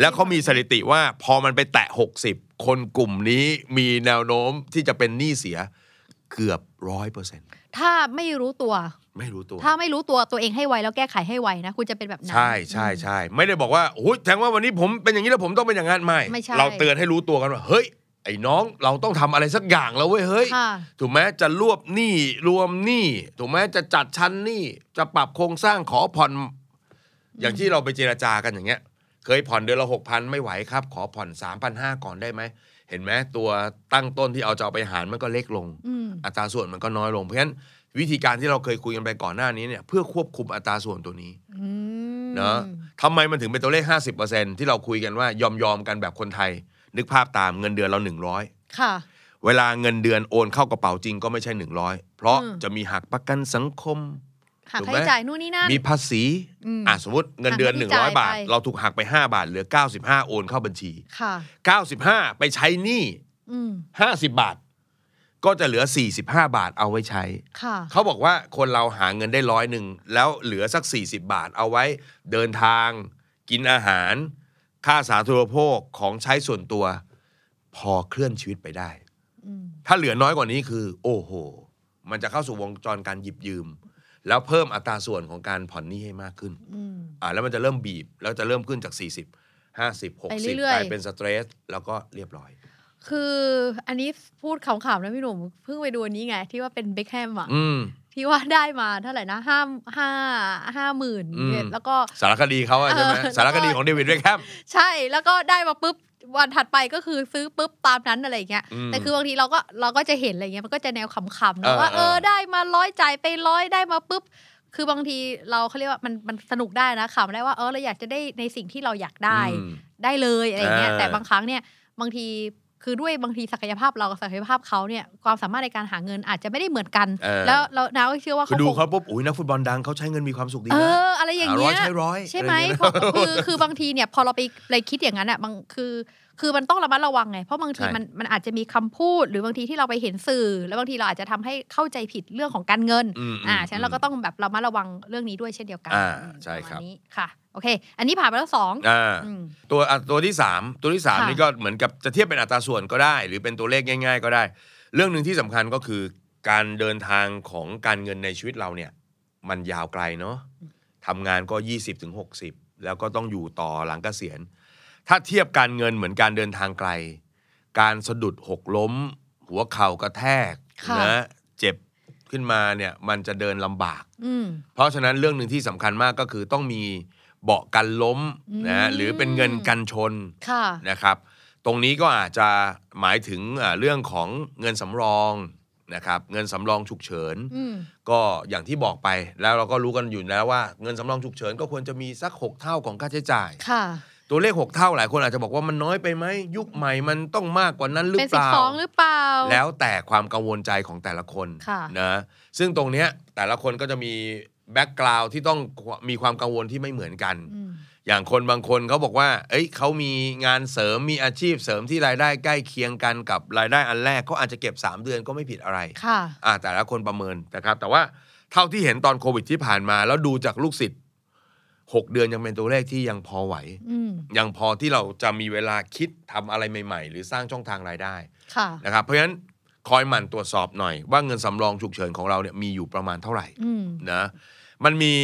แล้วเขามีสถิติว่าพอมันไปแตะ 60 คนกลุ่มนี้มีแนวโน้มที่จะเป็นหนี้เสียเกือบร้อยเปอร์เซ็นต์
ถ้าไม่รู้ตัว
ไม่รู้ตัว
ถ้าไม่รู้ตัวตัวเองให้ไวแล้วแก้ไขให้ไวนะคุณจะเป็นแบบนั้น
ใช่ใช่ใช่ไม่ได้บอกว่าโอ้ยแทงว่าวันนี้ผมเป็นอย่างนี้แล้วผมต้องเป็นอย่างนั้นไม่
ไม่ใช่
เราเตือนให้รู้ตัวกันว่า เฮ้ย ไอ้น้องเราต้องทำอะไรสักอย่างแล้วเว้ยเฮ้ย
ค่ะ
ถูกไหมจะรวบหนี้รวมหนี้ถูกไหมจะจัดชั้นหนี้จะปรับโครงสร้างขอผ่อน อย่างที่เราไปเจรจากันอย่างเงี้ย เคยผ่อนเดือนละหกพันไม่ไหวครับ ขอผ่อนสามพันห้าก่อนได้ไหมเห็นไหมตัวตั้งต้นที่เอาจะเอาไปหารมันก็เล็กลง
อืม
อัตราส่วนมันก็น้อยลงเพราะฉะนั้นวิธีการที่เราเคยคุยกันไปก่อนหน้านี้เนี่ยเพื่อควบคุมอัตราส่วนตัวนี้
อืม
เนอะทำไมมันถึงเป็นตัวเลข 50%ที่เราคุยกันว่ายอมยอมๆกันแบบคนไทย นึกภาพตามเงินเดือนเรา 100
ค่ะ
เวลาเงินเดือนโอนเข้ากระเป๋าจริงก็ไม่ใช่ 100 เพราะ
อืม
จะมีหักประกันสังคม
หา
ถูก
ค่า
ไหม
ใช้จ่ายนู่นนี่นั่น
มีภาษี
อืม
อ่ะสมมติเงินเดือน
หักที่จ่าย
100 บาท
ไป
เราถูกหักไป 5 บาท เหลือ 95 โอนเข้าบัญชี
ค่ะ
95 ไปใช้หนี้
อืม
50 บาท ก็จะเหลือ 45 บาทเอาไว้ใช้
ค่ะ
เขาบอกว่าคนเราหาเงินได้ร้อยหนึ่ง แล้วเหลือสัก 40 บาทเอาไว้ เดินทาง กินอาหาร ค่าสาธารณูปโภคของใช้ส่วนตัว พอเคลื่อนชีวิตไปได้
อืม
ถ้าเหลือน้อยกว่านี้คือ โอ้โห มันจะเข้าสู่วงจรการหยิบยืม แล้วเพิ่มอัตราส่วนของการผ่อนหนี้ให้มากขึ้น
อืม
อ่าแล้วมันจะเริ่มบีบ แล้วจะเริ่มขึ้นจาก 40 50
ไป
60
เรื่อยๆ
กลายเป็นสเตรสแล้วก็เรียบร้อย
คืออันนี้พูดขำๆนะพี่หนุ่มเพิ่งไปดูอันนี้ไง ที่ว่าเป็นเบคแฮมอ่ะ
อืม
ที่ว่าได้มาเท่าไหร่นะห้าห้าห้าหมื่น
อืม
แล้วก็
สารคดีเขาอะใช่ไหม
เออ
สารคดีของเดวิดเบคแฮม
ใช่แล้วก็ได้มาปุ๊บวันถัดไปก็คือซื้อปุ๊บตามนั้นอะไรอย่างเงี้ย
อืม
แต่คือบางทีเราก็เราก็จะเห็นอะไรเงี้ยมันก็จะแนวขำๆ
เอ
เนาะ
อ
ว่าเออ
เออ
ได้มาร้อยจ่ายไปร้อยได้มาปุ๊บ คือบางทีเราเขาเรียกว่ามันมันสนุกได้นะขำได้ว่าเออเราอยากจะได้ในสิ่งที่เราอยากได้
อืม
ได้เลยอะไรอย่างเงี้ย
อ่า
แต่บางครั้งเนี่ยบางทีคือด้วยบางทีศักยภาพเรากับศักยภาพเขาเนี่ยความสามารถในการหาเงินอาจจะไม่ได้เหมือนกัน
เออ
แล้วเราน้าก็เชื่อว่า
คือ
เขา
ดู
คง
เขาปุ๊บอุ้ยนักฟุตบอลดังเขาใช้เงินมีความสุขดี
เอ
นะ
ออะไรอย่าง
ร้อ
เงี้ย
ยใช้ร้อย
ใช่ไหม
อะรเงี้ย
เพราะคือคือบางทีเนี่ยพอเราไปไปคิดอย่างนั้นอ่ะบางคือ คือมันต้องระมัดระวังไงเพราะบางที
ใช่
มันมันอาจจะมีคำพูด หรือบางทีที่เราไปเห็นสื่อ แล้วบางทีเราอาจจะทำให้เข้าใจผิดเรื่องของการเงิน
มม
อ่าฉะนั้นเราก็ต้องแบบระมัดระวังเรื่องนี้ด้วยเช่นเดียวกัน
อ่า
อืม
ใช่ครั
ปะ
บ
มาณนี้ค่ะโอเค อันนี้ผ่านไปแล้วสอง
อ่า
อืม
ตัวอ่ะตัวที่สามตัวที่สาม
ค่ะ
นี่ก็เหมือนกับจะเทียบเป็นอัตราส่วนก็ได้ หรือเป็นตัวเลขง่าย ๆ ก็ได้ เรื่องหนึ่งที่สำคัญก็คือการเดินทางของการเงินในชีวิตเราเนี่ย มันยาวไกลเนาะทำงานก็ 20-60ถึง60 แล้วก็ต้องอยู่ต่อหลังเกษียณ ถ้าเทียบการเงินเหมือนการเดินทางไกล การสะดุดหกล้ม หัวเข่ากระแทก
ค่ะ
นะเจ็บขึ้นมาเนี่ยมันจะเดินลำบาก
อืม
เพราะฉะนั้นเรื่องหนึ่งที่สำคัญมากก็คือต้องมีเบาะกันล้มนะ
อืม
หรือเป็นเงินกันชน
ค่ะ
นะครับ ตรงนี้ก็อาจจะหมายถึงอ่าเรื่องของเงินสำรองนะครับเงินสำรองฉุกเฉิน
อืม
ก็อย่างที่บอกไปแล้วเราก็รู้กันอยู่แล้วว่าเงินสำรองฉุกเฉินก็ควรจะมีสัก 6 เท่าของค่าใช้จ่าย
ค่ะ
ตัวเลข 6 เท่าหลายคนอาจจะบอกว่ามันน้อยไปไหมยุคใหม่มันต้องมากกว่านั้นหรือ
เป็น
เป
สิบ
ล่า
สองหรือเปล่า
แล้วแต่ความกังวลใจของแต่ละคน
ค่ะ
นะซึ่งตรงเนี้ยแต่ละคนก็จะมีแบ็กกราวที่ต้องมีความกังวลที่ไม่เหมือนกัน
อืม
อย่างคนบางคนเขาบอกว่า เอ้ยเขามีงานเสริมมีอาชีพเสริมที่รายได้ใกล้เคียงกันกับรายได้อันแรกเขาอาจจะเก็บ 3 เดือนก็ไม่ผิดอะไร
ค่ะ
อ่าแต่ละคนประเมินนะครับ แต่ว่าเท่าที่เห็นตอนโควิดที่ผ่านมา แล้วดูจากลูกศิษย์หกเดือนยังเป็นตัวเลขที่ยังพอไหว
อืม
ยังพอที่เราจะมีเวลาคิดทำอะไรใหม่ ๆ หรือสร้างช่องทางรายได้
ค่ะ
นะครับเพราะฉะนั้นคอยหมั่นตรวจสอบหน่อย ว่าเงินสำรองฉุกเฉินของเราเนี่ยมีอยู่ประมาณเท่าไหร่
อืม
นะมันมี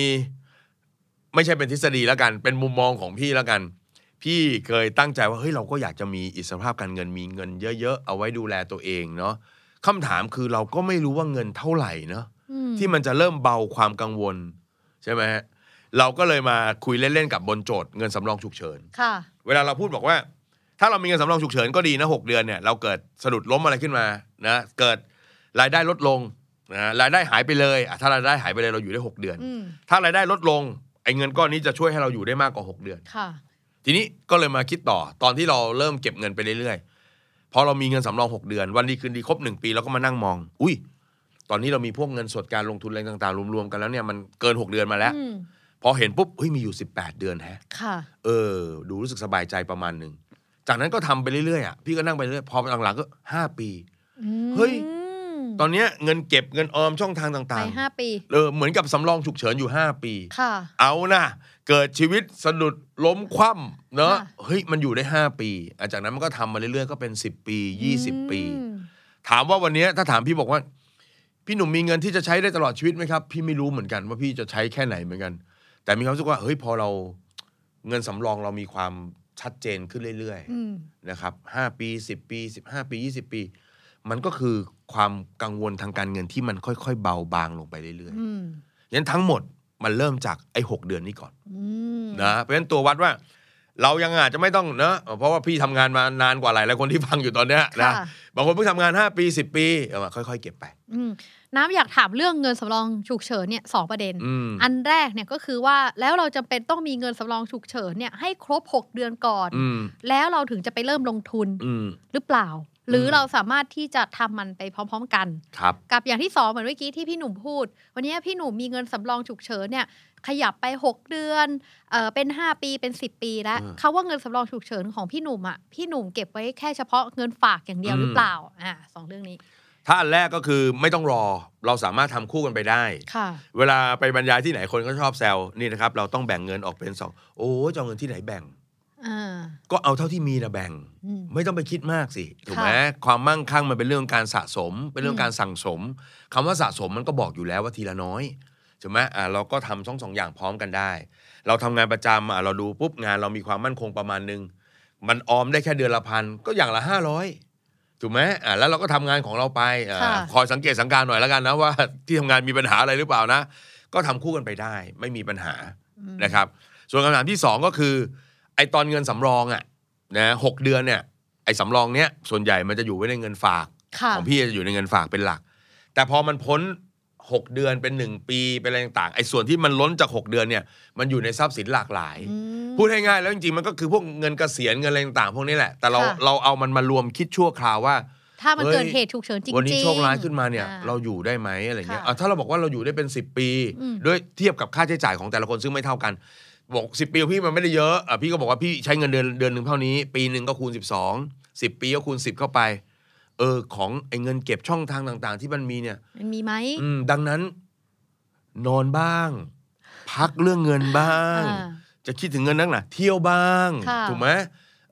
ไม่ใช่เป็นทฤษฎีแล้วกัน เป็นมุมมองของพี่แล้วกัน พี่เคยตั้งใจว่าเฮ้ยเราก็อยากจะมีอิสรภาพการเงินมีเงินเยอะๆ เอาไว้ดูแลตัวเองเนาะคำถามคือเราก็ไม่รู้ว่าเงินเท่าไหร่เนาะ
อืม
ที่มันจะเริ่มเบาความกังวล ใช่ไหมฮะเราก็เลยมาคุยเล่น ๆ กับบนโจทย์เงินสำรองฉุกเฉิน
ค่ะ
เวลาเราพูดบอกว่า ถ้าเรามีเงินสำรองฉุกเฉินก็ดีนะหกเดือนเนี่ยเราเกิดสะดุดล้มอะไรขึ้นมานะเกิดรายได้ลดลงนะรายได้หายไปเลยอ่ะถ้ารายได้หายไปเลยเราอยู่ได้หกเดือน
อืม
ถ้ารายได้ลดลงไอ้เงินก้อนนี้จะช่วยให้เราอยู่ได้มากกว่าหกเดือน
ค่ะ
ทีนี้ก็เลยมาคิดต่อตอนที่เราเริ่มเก็บเงินไปเรื่อยๆพอเรามีเงินสำรอง 6 เดือน วันดีคืนดีครบ 1 ปีเราก็มานั่งมอง อุ้ย ตอนนี้เรามีพวกเงินสดการลงทุนอะไรต่างๆ รวมๆกันแล้วเนี่ยมันเกิน 6 เดือนมาแล้ว
อืม
พอเห็นปุ๊บเฮ้ยมีอยู่ 18 เดือนแฮะ
ค่ะ
เออ ดูรู้สึกสบายใจประมาณหนึ่งจากนั้นก็ทำไปเรื่อยๆอ่ะพี่ก็นั่งไปเรื่อยพอหลังๆก็ 5 ปี
อืม
เฮ้ย ตอนเนี้ยเงินเก็บเงินออมช่องทางต่า
ไป
ง
ห้าปี
ๆเออเหมือนกับสำรองฉุกเฉินอยู่ 5 ปี
ค่ะ
เอานะเกิดชีวิตสะดุดล้มคว่ำเนอะ
ค่ะ
เฮ้ยมันอยู่ได้ 5 ปีอ่ะจากนั้นมันก็ทำมาเรื่อยๆ ก็เป็น 10 ปี 20 ปี
อืม
ถามว่าวันเนี้ยถ้าถามพี่บอกว่า พี่หนุ่มมีเงินที่จะใช้ได้ตลอดชีวิตไหมครับ พี่ไม่รู้เหมือนกันว่าพี่จะใช้แค่ไหนเหมือนกัน แต่มีความรู้สึกว่าเฮ้ยพอเราเงินสำรองเรามีความชัดเจนขึ้นเรื่อย
อืม
ๆนะครับ5ปี 10 ปี 15 ปี 20 ปี มันก็คือความกังวลทางการเงินที่มันค่อยๆ เบาบางลงไปเรื่อย
อืม
ๆงั้นทั้งหมดมันเริ่มจากไอ้หกเดือนนี้ก่อน
อืม
นะเพราะฉะนั้นตัววัดว่า เรายังอาจจะไม่ต้องเนอะเพราะว่าพี่ทำงานมานานกว่าหลายหลายคนที่ฟังอยู่ตอนเนี้ยนะ
ค่ะ
บางคนเพิ่งทำงาน 5 ปี 10 ปีเอามาค่อย ๆ เก็บไป
อืมน้ำอยากถามเรื่องเงินสำรองฉุกเฉินเนี่ยสองประเด็น
อืม
อันแรกเนี่ยก็คือว่าแล้วเราจำเป็นต้องมีเงินสำรองฉุกเฉินเนี่ยให้ครบ 6 เดือนก่อน
อืม
แล้วเราถึงจะไปเริ่มลงทุน
อืม
หรือเปล่า หรืออ
ม
เราสามารถที่จะทำมันไปพร้อม ๆ กัน
ครับ
กับอย่างที่สองเหมือนเมื่อกี้ที่พี่หนุ่มพูด วันนี้พี่หนุ่มมีเงินสำรองฉุกเฉินเนี่ยขยับไป 6 เดือนเออเป็น 5 ปีเป็น 10 ปีแล้ว
อ่า
เขาว่าเงินสำรองฉุกเฉินของพี่หนุ่มอ่ะพี่หนุ่มเก็บไว้แค่เฉพาะเงินฝากอย่างเดียว
อืม
หรือเปล่าอ่าสองเรื่องนี้
ถ้าอันแรกก็คือไม่ต้องรอเราสามารถทำคู่กันไปได้
ค่ะ
เวลาไปบรรยายที่ไหนคนก็ชอบแซวนี่นะครับ เราต้องแบ่งเงินออกเป็นสองโอ้จะเอาเงินที่ไหนแบ่ง
อ่า
ก็เอาเท่าที่มีนะแบ่ง
อืม
ไม่ต้องไปคิดมากสิถูกไหม
ค่ะ
ความมั่งคั่งมันเป็นเรื่องการสะสม เป็นเรื่อง
อืม
การสั่งสมคำว่าสะสมมันก็บอกอยู่แล้วว่าทีละน้อยใช่ไหมอ่าเราก็ทำทั้งสองอย่างพร้อมกันได้ เราทำงานประจำอ่าเราดูปุ๊บงานเรามีความมั่นคงประมาณนึงมันออมได้แค่เดือนละพันก็อย่างละห้าร้อยถูกไหมอ่าแล้วเราก็ทำงานของเราไปอ่า
ค่ะ
คอยสังเกตสังการหน่อยแล้วกันนะว่า ที่ทำงานมีปัญหาอะไรหรือเปล่านะ ก็ทำคู่กันไปได้ ไม่มีปัญหา
อืม
นะครับส่วนคำถามที่ 2 ก็คือไอตอนเงินสำรองอ่ะนะหกเดือนเนี่ยไอสำรองเนี้ยส่วนใหญ่มันจะอยู่ไว้ในเงินฝาก
ค่ะ
ของพี่จะอยู่ในเงินฝากเป็นหลัก แต่พอมันพ้น 6 เดือนเป็น 1 ปีเป็นอะไรต่างๆไอส่วนที่มันล้นจาก 6 เดือนเนี่ยมันอยู่ในทรัพย์สินหลากหลาย
อืม
พูดให้ง่ายแล้วจริงๆมันก็คือพวกเงินเกษียณเงินอะไรต่างๆพวกนี้แหละแต่เรา
ค่ะ
เราเอามันมารวมคิดชั่วคราวว่า
ถ้ามัน
เฮ้ย
เกิดเหตุฉุกเฉินจริงๆ
วันนี้โชคร้ายขึ้นมาเนี่ย
อ่
เราอยู่ได้ไหมอะไรเงี้ย
ค่ะ
อ่ะถ้าเราบอกว่าเราอยู่ได้เป็น 10 ปี
อืม
ด้วยเทียบกับค่าใช้จ่ายของแต่ละคนซึ่งไม่เท่ากัน บอก10 ปีของพี่มันไม่ได้เยอะอ่ะพี่ก็บอกว่าพี่ใช้เงินเดือนเดือนหนึ่งเท่านี้ ปีหนึ่งก็คูณ 12 10 ปีก็คูณ 10 เข้าไป เออของไอ้เงินเก็บช่องทางต่างๆ ที่มันมีเนี่ย
มันมีไหม
อืมดังนั้น นอนบ้าง พักเรื่องเงินบ้าง
อ่า
จะคิดถึงเงินนักหนาเที่ยวบ้าง
ค่ะ
ถูกไหม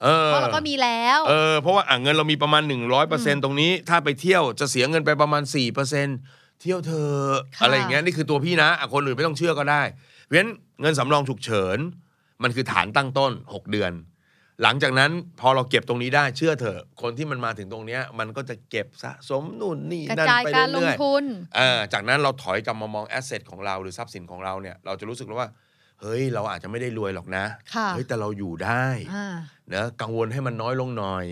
เออ
เพราะเราก็มีแล้ว
เออเพราะว่าอ่ะเงินเรามีประมาณ 100%ตรงนี้ ถ้าไปเที่ยวจะเสียเงินไปประมาณ 4%เที่ยวเธอะ
ค่ะ
อะไรอย่างเงี้ยนี่คือตัวพี่นะอ่ะคนอื่นไม่ต้องเชื่อก็ได้เพราะฉะนั้นเงินสำรองฉุกเฉิน มันคือฐานตั้งต้น 6 เดือน หลังจากนั้นพอเราเก็บตรงนี้ได้เชื่อเถอะ คนที่มันมาถึงตรงเนี้ยมันก็จะเก็บสะสมนู่นนี่
กระ
นั่น
จาย
ไป
การลง
เรื่อยๆ
ทุน
อ่าจากนั้นเราถอยกลับมามองแอสเซทของเราหรือทรัพย์สินของเราเนี่ยเราจะรู้สึกแล้วว่า เฮ้ย เราอาจจะไม่ได้รวยหรอกนะ
ค่ะ
เฮ้ยแต่เราอยู่ได้
อ่า
เนะกังวลให้มันน้อยลงหน่อย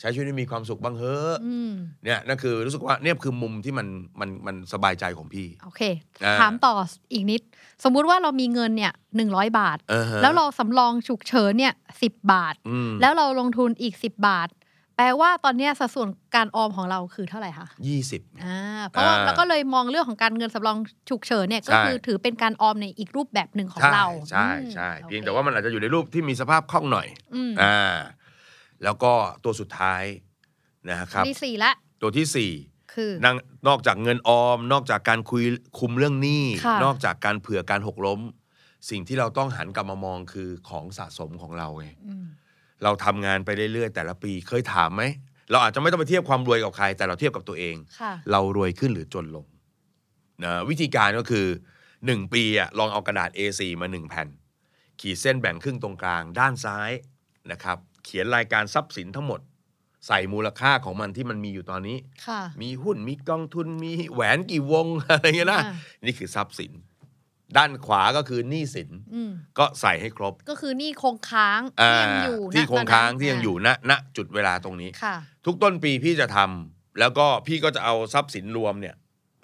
ใช้ชีวิตให้มีความสุขบ้างเฮ้อะ
อืม
เนี่ยนั่นคือรู้สึกว่าเนี่ยคือมุมที่มันมันมันสบายใจของพี่
โอเค
อ่า
ถามต่ออีกนิด สมมุติว่าเรามีเงินเนี่ยหนึ่งร้อยบาท
เออฮะ
แล้วเราสำรองฉุกเฉินเนี่ยสิบบาท
อืม
แล้วเราลงทุนอีกสิบบาท แปลว่าตอนเนี้ยสัดส่วนการออมของเราคือเท่าไหร่คะ
ยี่สิบ
อ่าเพราะว่า
อ่า
เราก็เลยมองเรื่องของการเงินสำรองฉุกเฉินเนี่ยก็
ใช่
คือถือเป็นการออมในอีกรูปแบบหนึ่งของ
ใช่
เรา
ใช่
อืม
ใช่
โอค
เพียงแต่ว่ามันอาจจะอยู่ในรูปที่มีสภาพคล่องหน่อย
อืม
อ่าแล้วก็ตัวสุดท้ายนะครับ
ที่สี่ละ
ตัวที่สี่
คือ
นงนอกจากเงินออม นอกจากการคุยคุมเรื่องหนี้
ค่ะ
นอกจากการเผื่อการหกล้ม สิ่งที่เราต้องหันกลับมามองคือของสะสมของเราไง
ม
เราทำงานไปเรื่อยๆ แต่ละปีเคยถามไหม เราอาจจะไม่ต้องไปเทียบความรวยกับใคร แต่เราเทียบกับตัวเอง
ค่ะ
เรารวยขึ้นหรือจนลงนะวิธีการก็คือ 1 ปีอะลองเอากระดาษ A4 มา 1 แผ่น ขีดเส้นแบ่งครึ่งตรงกลางด้านซ้ายนะครับ เขียนรายการทรัพย์สินทั้งหมด ใส่มูลค่าของมันที่มันมีอยู่ตอนนี้
ค่ะ
มีหุ้นมีกองทุนมีแหวนกี่วง อะไรเงี้ยนะ
อ่า
นี่คือทรัพย์สิน ด้านขวาก็คือหนี้สิน
อืม
ก็ใส่ให้ครบ
ก็คือหนี่คงค้าง
อ่า
ที่ยังอยู่
ที่
ณ
ค
ต
ง
นนั้น
ค้างที่ยังอยู่ณณจุดเวลาตรงนี้
ค่ะ
ทุกต้นปีพี่จะทำแล้วก็พี่ก็จะเอาทรัพย์สินรวมเนี่ย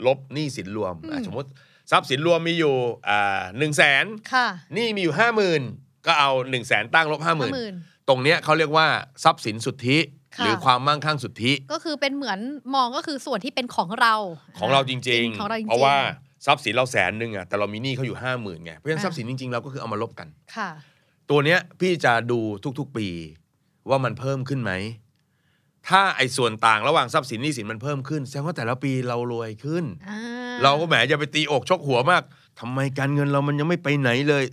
ลบหนี้สินรวมอ่ะ
อืม
สมมติทรัพย์สินรวมมีอยู่หนึ่งแสน
ค่ะ
หนี้มีอยู่ห้าหมื่นก็เอาหนึ่งแสนตั้งลบห้าหมื่น
หมื่น
ตรงเนี้ยเขาเรียกว่าทรัพย์สินสุทธิ
ค่ะ
หรือความมั่งคั่งสุทธิ
ก็คือเป็นเหมือนมองก็คือส่วนที่เป็นของเรา
ของเราจริง
ของเราจริงๆ
ๆเพราะว่าทรัพย์สินเราแสนหนึ่งอะแต่เรามีหนี้เขาอยู่ห้าหมื่นไงเพราะฉะนั้นทรัพย์สินจริงๆเราก็คือเอามาลบกัน
ค่ะ
ตัวเนี้ยพี่จะดูทุกๆปีว่ามันเพิ่มขึ้นไหม ถ้าไอ้ส่วนต่างระหว่างทรัพย์สินหนี้สินมันเพิ่มขึ้นแสดงว่าแต่ละปีเรารวยขึ้น
อ่
เราก็แหมจะไปตีอกชกหัวมากทำไมการเงินเรามันยังไม่ไปไหนเลย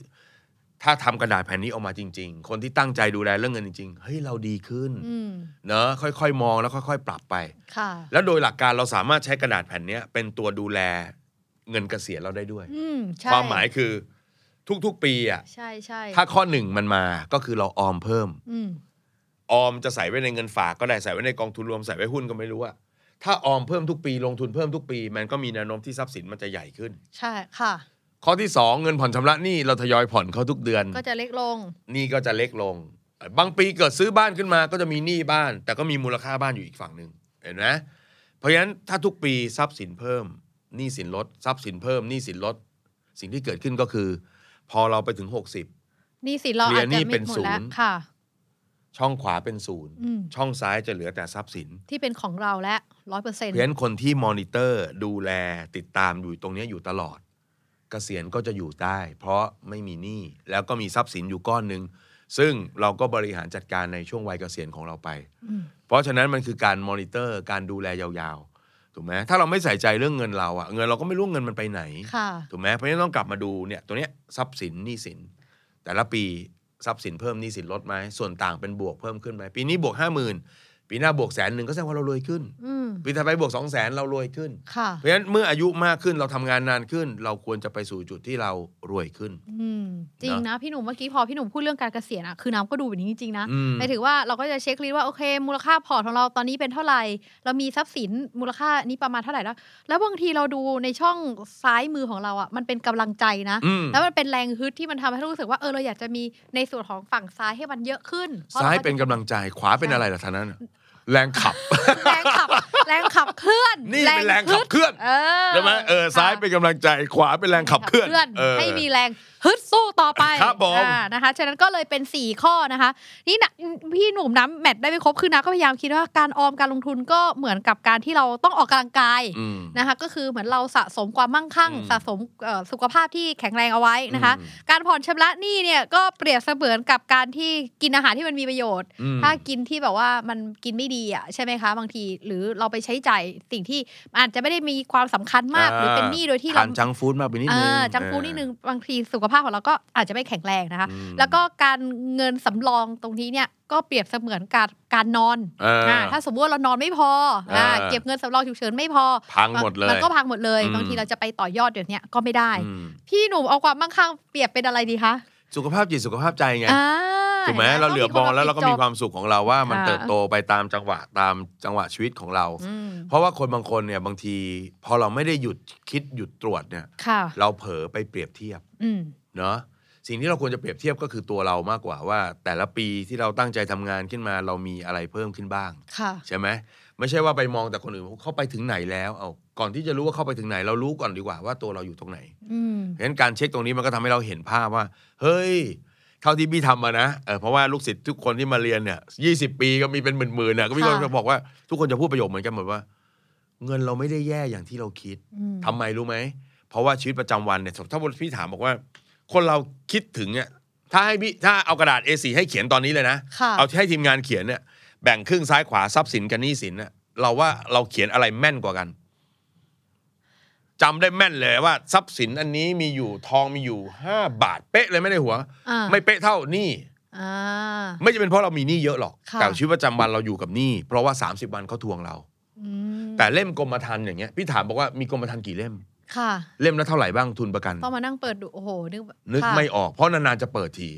ถ้าทำกระดาษแผ่นนี้ออกมาจริง ๆ คนที่ตั้งใจดูแลเรื่องเงินจริงๆเฮ้ยเราดีขึ้น
อืม
เนอะค่อยๆ มองแล้วค่อย ๆ ปรับไป
ค่ะ
แล้วโดยหลักการเราสามารถใช้กระดาษแผ่นเนี้ยเป็นตัวดูแลเงินเกษียณเราได้ด้วย
อืมใช่
ความหมายคือทุกๆปีอ่ะ
ใช่ใช่
ถ้าข้อหนึ่งมันมาก็คือเราออมเพิ่ม
อืม
ออมจะใส่ไว้ในเงินฝากก็ได้ใส่ไว้ในกองทุนรวมใส่ไว้หุ้นก็ไม่รู้อะถ้าออมเพิ่มทุกปีลงทุนเพิ่มทุกปี มันก็มีแนวโน้มที่ทรัพย์สินมันจะใหญ่ขึ้น
ใช่ค่ะ
ข้อที่ 2 เงินผ่อนชำระหนี้เราทยอยผ่อนเขาทุกเดือน
ก็จะเล็กลง
หนี้ก็จะเล็กลง บางปีเกิดซื้อบ้านขึ้นมาก็จะมีหนี้บ้าน แต่ก็มีมูลค่าบ้านอยู่อีกฝั่งหนึ่งเห็นไหมเพราะฉะนั้นถ้าทุกปีทรัพย์สินเพิ่มหนี้สินลดทรัพย์สินเพิ่มหนี้สินลด สิ่งที่เกิดขึ้นก็คือ พอเราไปถึง 60
หนี่สินเรา
เคลีย
อา
ร์
จ
หนี้
จะ
เป็
ไม่
น
หมด
ศูนย์
แล้วค่ะ
ช่องขวาเป็นศูนย์
อืม
ช่องซ้ายจะเหลือแต่ทรัพย์สิน
ที่เป็นของเราแล้วร้อยเปอร์เซ็นต์
เพราะฉะนั้นคนที่มอนิเตอร์ดูแลติดตามอยู่ตรงเนี้ยอยู่ตลอด เกษียณก็จะอยู่ได้ เพราะไม่มีหนี้แล้วก็มีทรัพย์สินอยู่ก้อนหนึ่งซึ่งเราก็บริหารจัดการในช่วงวัยเกษียณของเราไป เพราะฉะนั้นมันคือการมอนิเตอร์การดูแลยาวๆถูกไหมถ้าเราไม่ใส่ใจเรื่องเงินเราอะเงินเราก็ไม่รู้เงินมันไปไหน
ค่ะ
ถูกไหมเพราะฉะนั้นต้องกลับมาดูเนี่ยตัวเนี้ยทรัพย์สินหนี้สิน แต่ละปีทรัพย์สินเพิ่มหนี้สินลดไหมส่วนต่างเป็นบวกเพิ่มขึ้นไหมปีนี้บวกห้าหมื่นปีหน้าบวกแสนหนึ่งก็แสดงว่าเรารวยขึ้น
อืม
ปีถัดไปบวก2 0 0แสนเรารวยขึ้น
ค่ะ
เพราะฉะนั้นเมื่ออายุมากขึ้นเราทำงานนานขึ้น เราควรจะไปสู่จุดที่เรารวยขึ้น
อืมจริงนะพี่หนุ่มเมื่อกี้พอพี่หนุ่มพูดเรื่องการเกษียณอะคือน้ำก็ดูแบบนี้จริงๆนะ
อืม
หมายถึงว่าเราก็จะเช็คลิสต์ว่าโอเค มูลค่าพอร์ตของเราตอนนี้เป็นเท่าไหร่เรามีทรัพย์สินมูลค่านี้ประมาณเท่าไหร่แล้ว แล้วบางทีเราดูในช่องซ้ายมือของเราอะมันเป็นกำลังใจนะ
อืม
แล้วมันเป็นแรงฮึดที่มันทำให้เรารู้สึกว่าเออเราอยากจะมีในส่วนของฝั่งซ้ายให้มันเยอะขึ้นพระ
ซ้าย
รจะ
เป็นกำลังใจขวาเป็นอะไรล่ะท่านั้นน่ะแรงขับ
แรงขับ แรงขับเคลื่อน
นี่เป็นแรงขับเคลื่อน
เออ
ใช่ไหมเออซ้ายเป็นกำลังใจขวาเป็นแรงขับเคลื่อนเออ
ให้มีแรงฮึดสู้ต่อไป
ครับผม
อ่านะคะฉะนั้นก็เลยเป็น 4 ข้อนะคะ นี่นะพี่หนุ่มน้ำแมทได้ไม่ครบคือนะก็พยายามคิดว่าการออมการลงทุนก็เหมือนกับการที่เราต้องออกกำลังกาย
อืม
นะคะก็คือเหมือนเราสะสมความมั่งคั่ง
อืม
สะสมเอ่อสุขภาพที่แข็งแรงเอาไว้นะคะ
อืม
การผ่อนชำระหนี้เนี่ยก็เปรียบเสมือนกับการที่กินอาหารที่มันมีประโยชน์
อืม
ถ้ากินที่แบบว่ามันกินไม่ดีอ่ะใช่ไหมคะ บางทีหรือเราไปใช้จ่ายสิ่งที่อาจจะไม่ได้มีความสำคัญมากหรือเป็นหนี้โดยที่เรา
ทานจังก์ฟู้ดมากไปนิด
เอ
นึง
อจังฟูดนิดนึงบางทีสุขภาพของเราก็อาจจะไม่แข็งแรงนะคะ
อืม
แล้วก็การเงินสำรองตรงนี้เนี่ยก็เปรียบเสมือนการการนอน
เอออ่
าถ้าสมมติว่าเรานอนไม่พออ่า
เออ
เก็บเงินสำรองฉุกเฉินไม่พอ
พังหมดเลย
มันก็พังหมดเลย
อืม
บางทีเราจะไปต่อยอดเดี๋ยวนี้ก็ไม่ได้
อืม
พี่หนุ่มเอาความมั่งคั่งเปรียบเป็นอะไรดีคะ
สุขภาพจิตสุขภาพใจไง
อ่า
ถูกไหมเราเหลือบองแล้วเราก็มีความสุขของเราว่ามัน
ค่ะ
เติบโตไปตามจังหวะตามจังหวะชีวิตของเรา
อืม
เพราะว่าคนบางคนเนี่ยบางที พอเราไม่ได้หยุดคิดหยุดตรวจเนี่ย
ค่ะ
เราเผลอไปเปรียบเทียบ
อืม
เนาะสิ่งที่เราควรจะเปรียบเทียบก็คือตัวเรามากกว่าว่า แต่ละปีที่เราตั้งใจทำงานขึ้นมา เรามีอะไรเพิ่มขึ้นบ้าง
ค่ะ
ใช่ไหมไม่ใช่ว่าไปมองแต่คนอื่นว่าเขาไปถึงไหนแล้วเอาก่อนที่จะรู้ว่าเขาไปถึงไหน เรารู้ก่อนดีกว่าว่าตัวเราอยู่ตรงไหน
อืม
เพราะฉะนั้นการเช็คตรงนี้มันก็ทำให้เราเห็นภาพว่า เฮ้ยเท่าที่พี่ทำมานะเออเพราะว่าลูกศิษย์ทุกคนที่มาเรียนเนี่ยยีปีก็มีเป็นหมื่นๆน่ะก็มีคนจะบอกว่าทุกคนจะพูดประโยคเหมือนกันหมดว่า เงินเราไม่ได้แย่อย่างที่เราคิด
อืม
ทำไมรู้ไหม เพราะว่าชีวิตประจำวันเนี่ย ถ้าพี่ถามบอกว่า คนเราคิดถึงเนี่ยถ้าให้พี่ถ้าเอากระดาษ A4 ให้เขียนตอนนี้เลยนะ
ค่ะ
เอาที่ให้ทีมงานเขียนเนี่ย แบ่งครึ่งซ้ายขวาทรัพย์สินกับหนี้สินเนี่ยเราว่าเราเขียนอะไรแม่นกว่ากันจำได้แม่นเลยว่า ทรัพย์สินอันนี้มีอยู่ทองมีอยู่ห้าบาทเป๊ะเลยไม่ได้หัว
อ่า
ไม่เป๊ะเท่าหนี้
อ่า
ไม่จะเป็นเพราะเรามีหนี้เยอะหรอก
ค่ะ
แต่ชีวิตประจำวันเราอยู่กับหนี้เพราะว่า 30 วันเขาทวงเรา
อืม
แต่เล่มกรมธรรม์อย่างเงี้ยพี่ถามบอกว่ามีกรมธรรม์กี่เล่ม
ค่ะ
เล่มละเท่าไหร่บ้างทุนประกัน
ต้องมานั่งเปิดดู โอ้โห นึกแบบ
นึก
ค่ะ
ไม่ออกเพราะนานๆจะเปิดที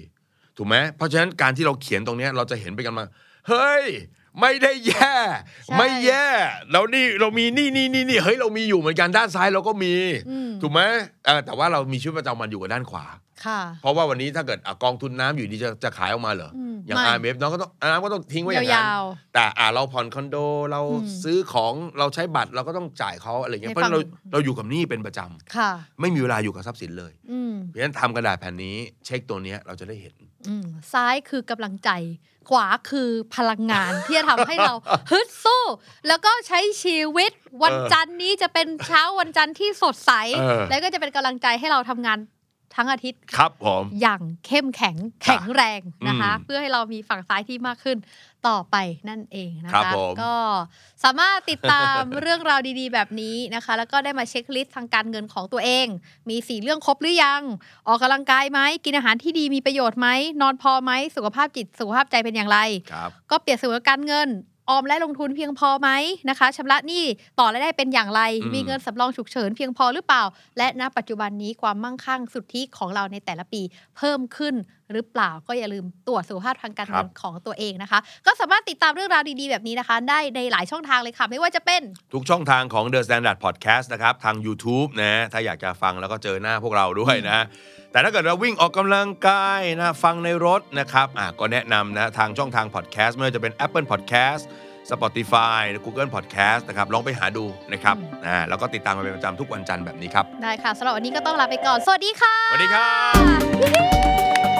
ถูกไหมเพราะฉะนั้นการที่เราเขียนตรงเนี้ยเราจะเห็นไปกันมา เฮ้ย ไม่ได้แย่ ไม่แย่แล้วนี่เรามีนี่นี่นี่นี่เฮ้ยเรามีอยู่เหมือนกันด้านซ้ายเราก็มี
อืม
ถูกไหมเออแต่ว่าเรามีชีวิตประจำวันอยู่กับด้านขวา
ค่ะ
เพราะว่าวันนี้ถ้าเกิดอ่ะกองทุนน้ำอยู่ดีจะจะขายออกมาเหรอ
อืม
อย่าง
ไม่
RMF น้องก็ต้องน้ำก็ต้องทิ้งไว้อย่าง
ยา
นั้น
ว
แต่อ่ะเราผ่อนคอนโดเรา
อืม
ซื้อของเราใช้บัตรเราก็ต้องจ่ายเขาอะไรเงี้ย
ใน
เพราะฉะนั้นเรา
ฝั่ง
เราอยู่กับหนี้เป็นประจำ
ๆ ค่ะ
ไม่มีเวลาอยู่กับทรัพย์สินเลย
อืม
เพราะฉะนั้นทำกระดาษแผ่นนี้เช็คตัวเนี้ยเราจะได้เห็น
อืมซ้ายคือกำลังใจ ขวาคือพลังงาน ที่จะทำให้เราฮึดสู้ แล้วก็ใช้ชีวิต วันจันทร์นี้จะเป็นเช้าวันจันทร์ที่สดใส
เออ
แล้วก็จะเป็นกำลังใจให้เราทำงานทั้งอาทิตย์
ครับผม
อย่างเข้มแข็งแข็งแรงนะคะ
อืม
เพื่อให้เรามีฝั่งซ้ายที่มากขึ้นต่อไปนั่นเองนะครับ คะ
ผม
ก็สามารถติดตาม เรื่องราวดีๆ แบบนี้นะคะ แล้วก็ได้มาเช็คลิสต์ทางการเงินของตัวเอง มีสี่เรื่องครบหรือยัง ออกกำลังกายไหมกินอาหารที่ดีมีประโยชน์ไหมนอนพอไหมสุขภาพจิตสุขภาพใจเป็นอย่างไร
ครับ
ก็เปรียบเสมือนการเงิน ออมและลงทุนเพียงพอไหมนะคะชำระหนี้ต่อรายได้เป็นอย่างไร
อืม
มีเงินสำรองฉุกเฉินเพียงพอหรือเปล่า และณปัจจุบันนี้ความมั่งคั่งสุทธิของเราในแต่ละปีเพิ่มขึ้นหรือเปล่าก็อย่าลืมตรวจสุขภาพทางการเงินของตัวเองนะคะ ก็สามารถติดตามเรื่องราวดีๆ แบบนี้นะคะ ได้ในหลายช่องทางเลยค่ะ ไม่ว่าจะเป็น
ทุกช่องทางของ The Standard Podcast นะครับ ทาง YouTube นะถ้าอยากจะฟังแล้วก็เจอหน้าพวกเราด้วยนะ แต่ถ้าเกิดเราวิ่งออกกำลังกายนะฟังในรถนะครับอ่ะก็แนะนำนะ ทางช่องทาง Podcast ไม่ว่าจะเป็น Apple Podcast Spotify Google Podcast นะครับ ลองไปหาดูนะครับ
อืม
อ่าแล้วก็ติดตามมาเป็นประจำทุกวันจันทร์แบบนี้ครับ
ได้ค่ะสำหรับวันนี้ก็ต้องลาไปก่อนสวัสดีค่ะ
สวัสดีครับ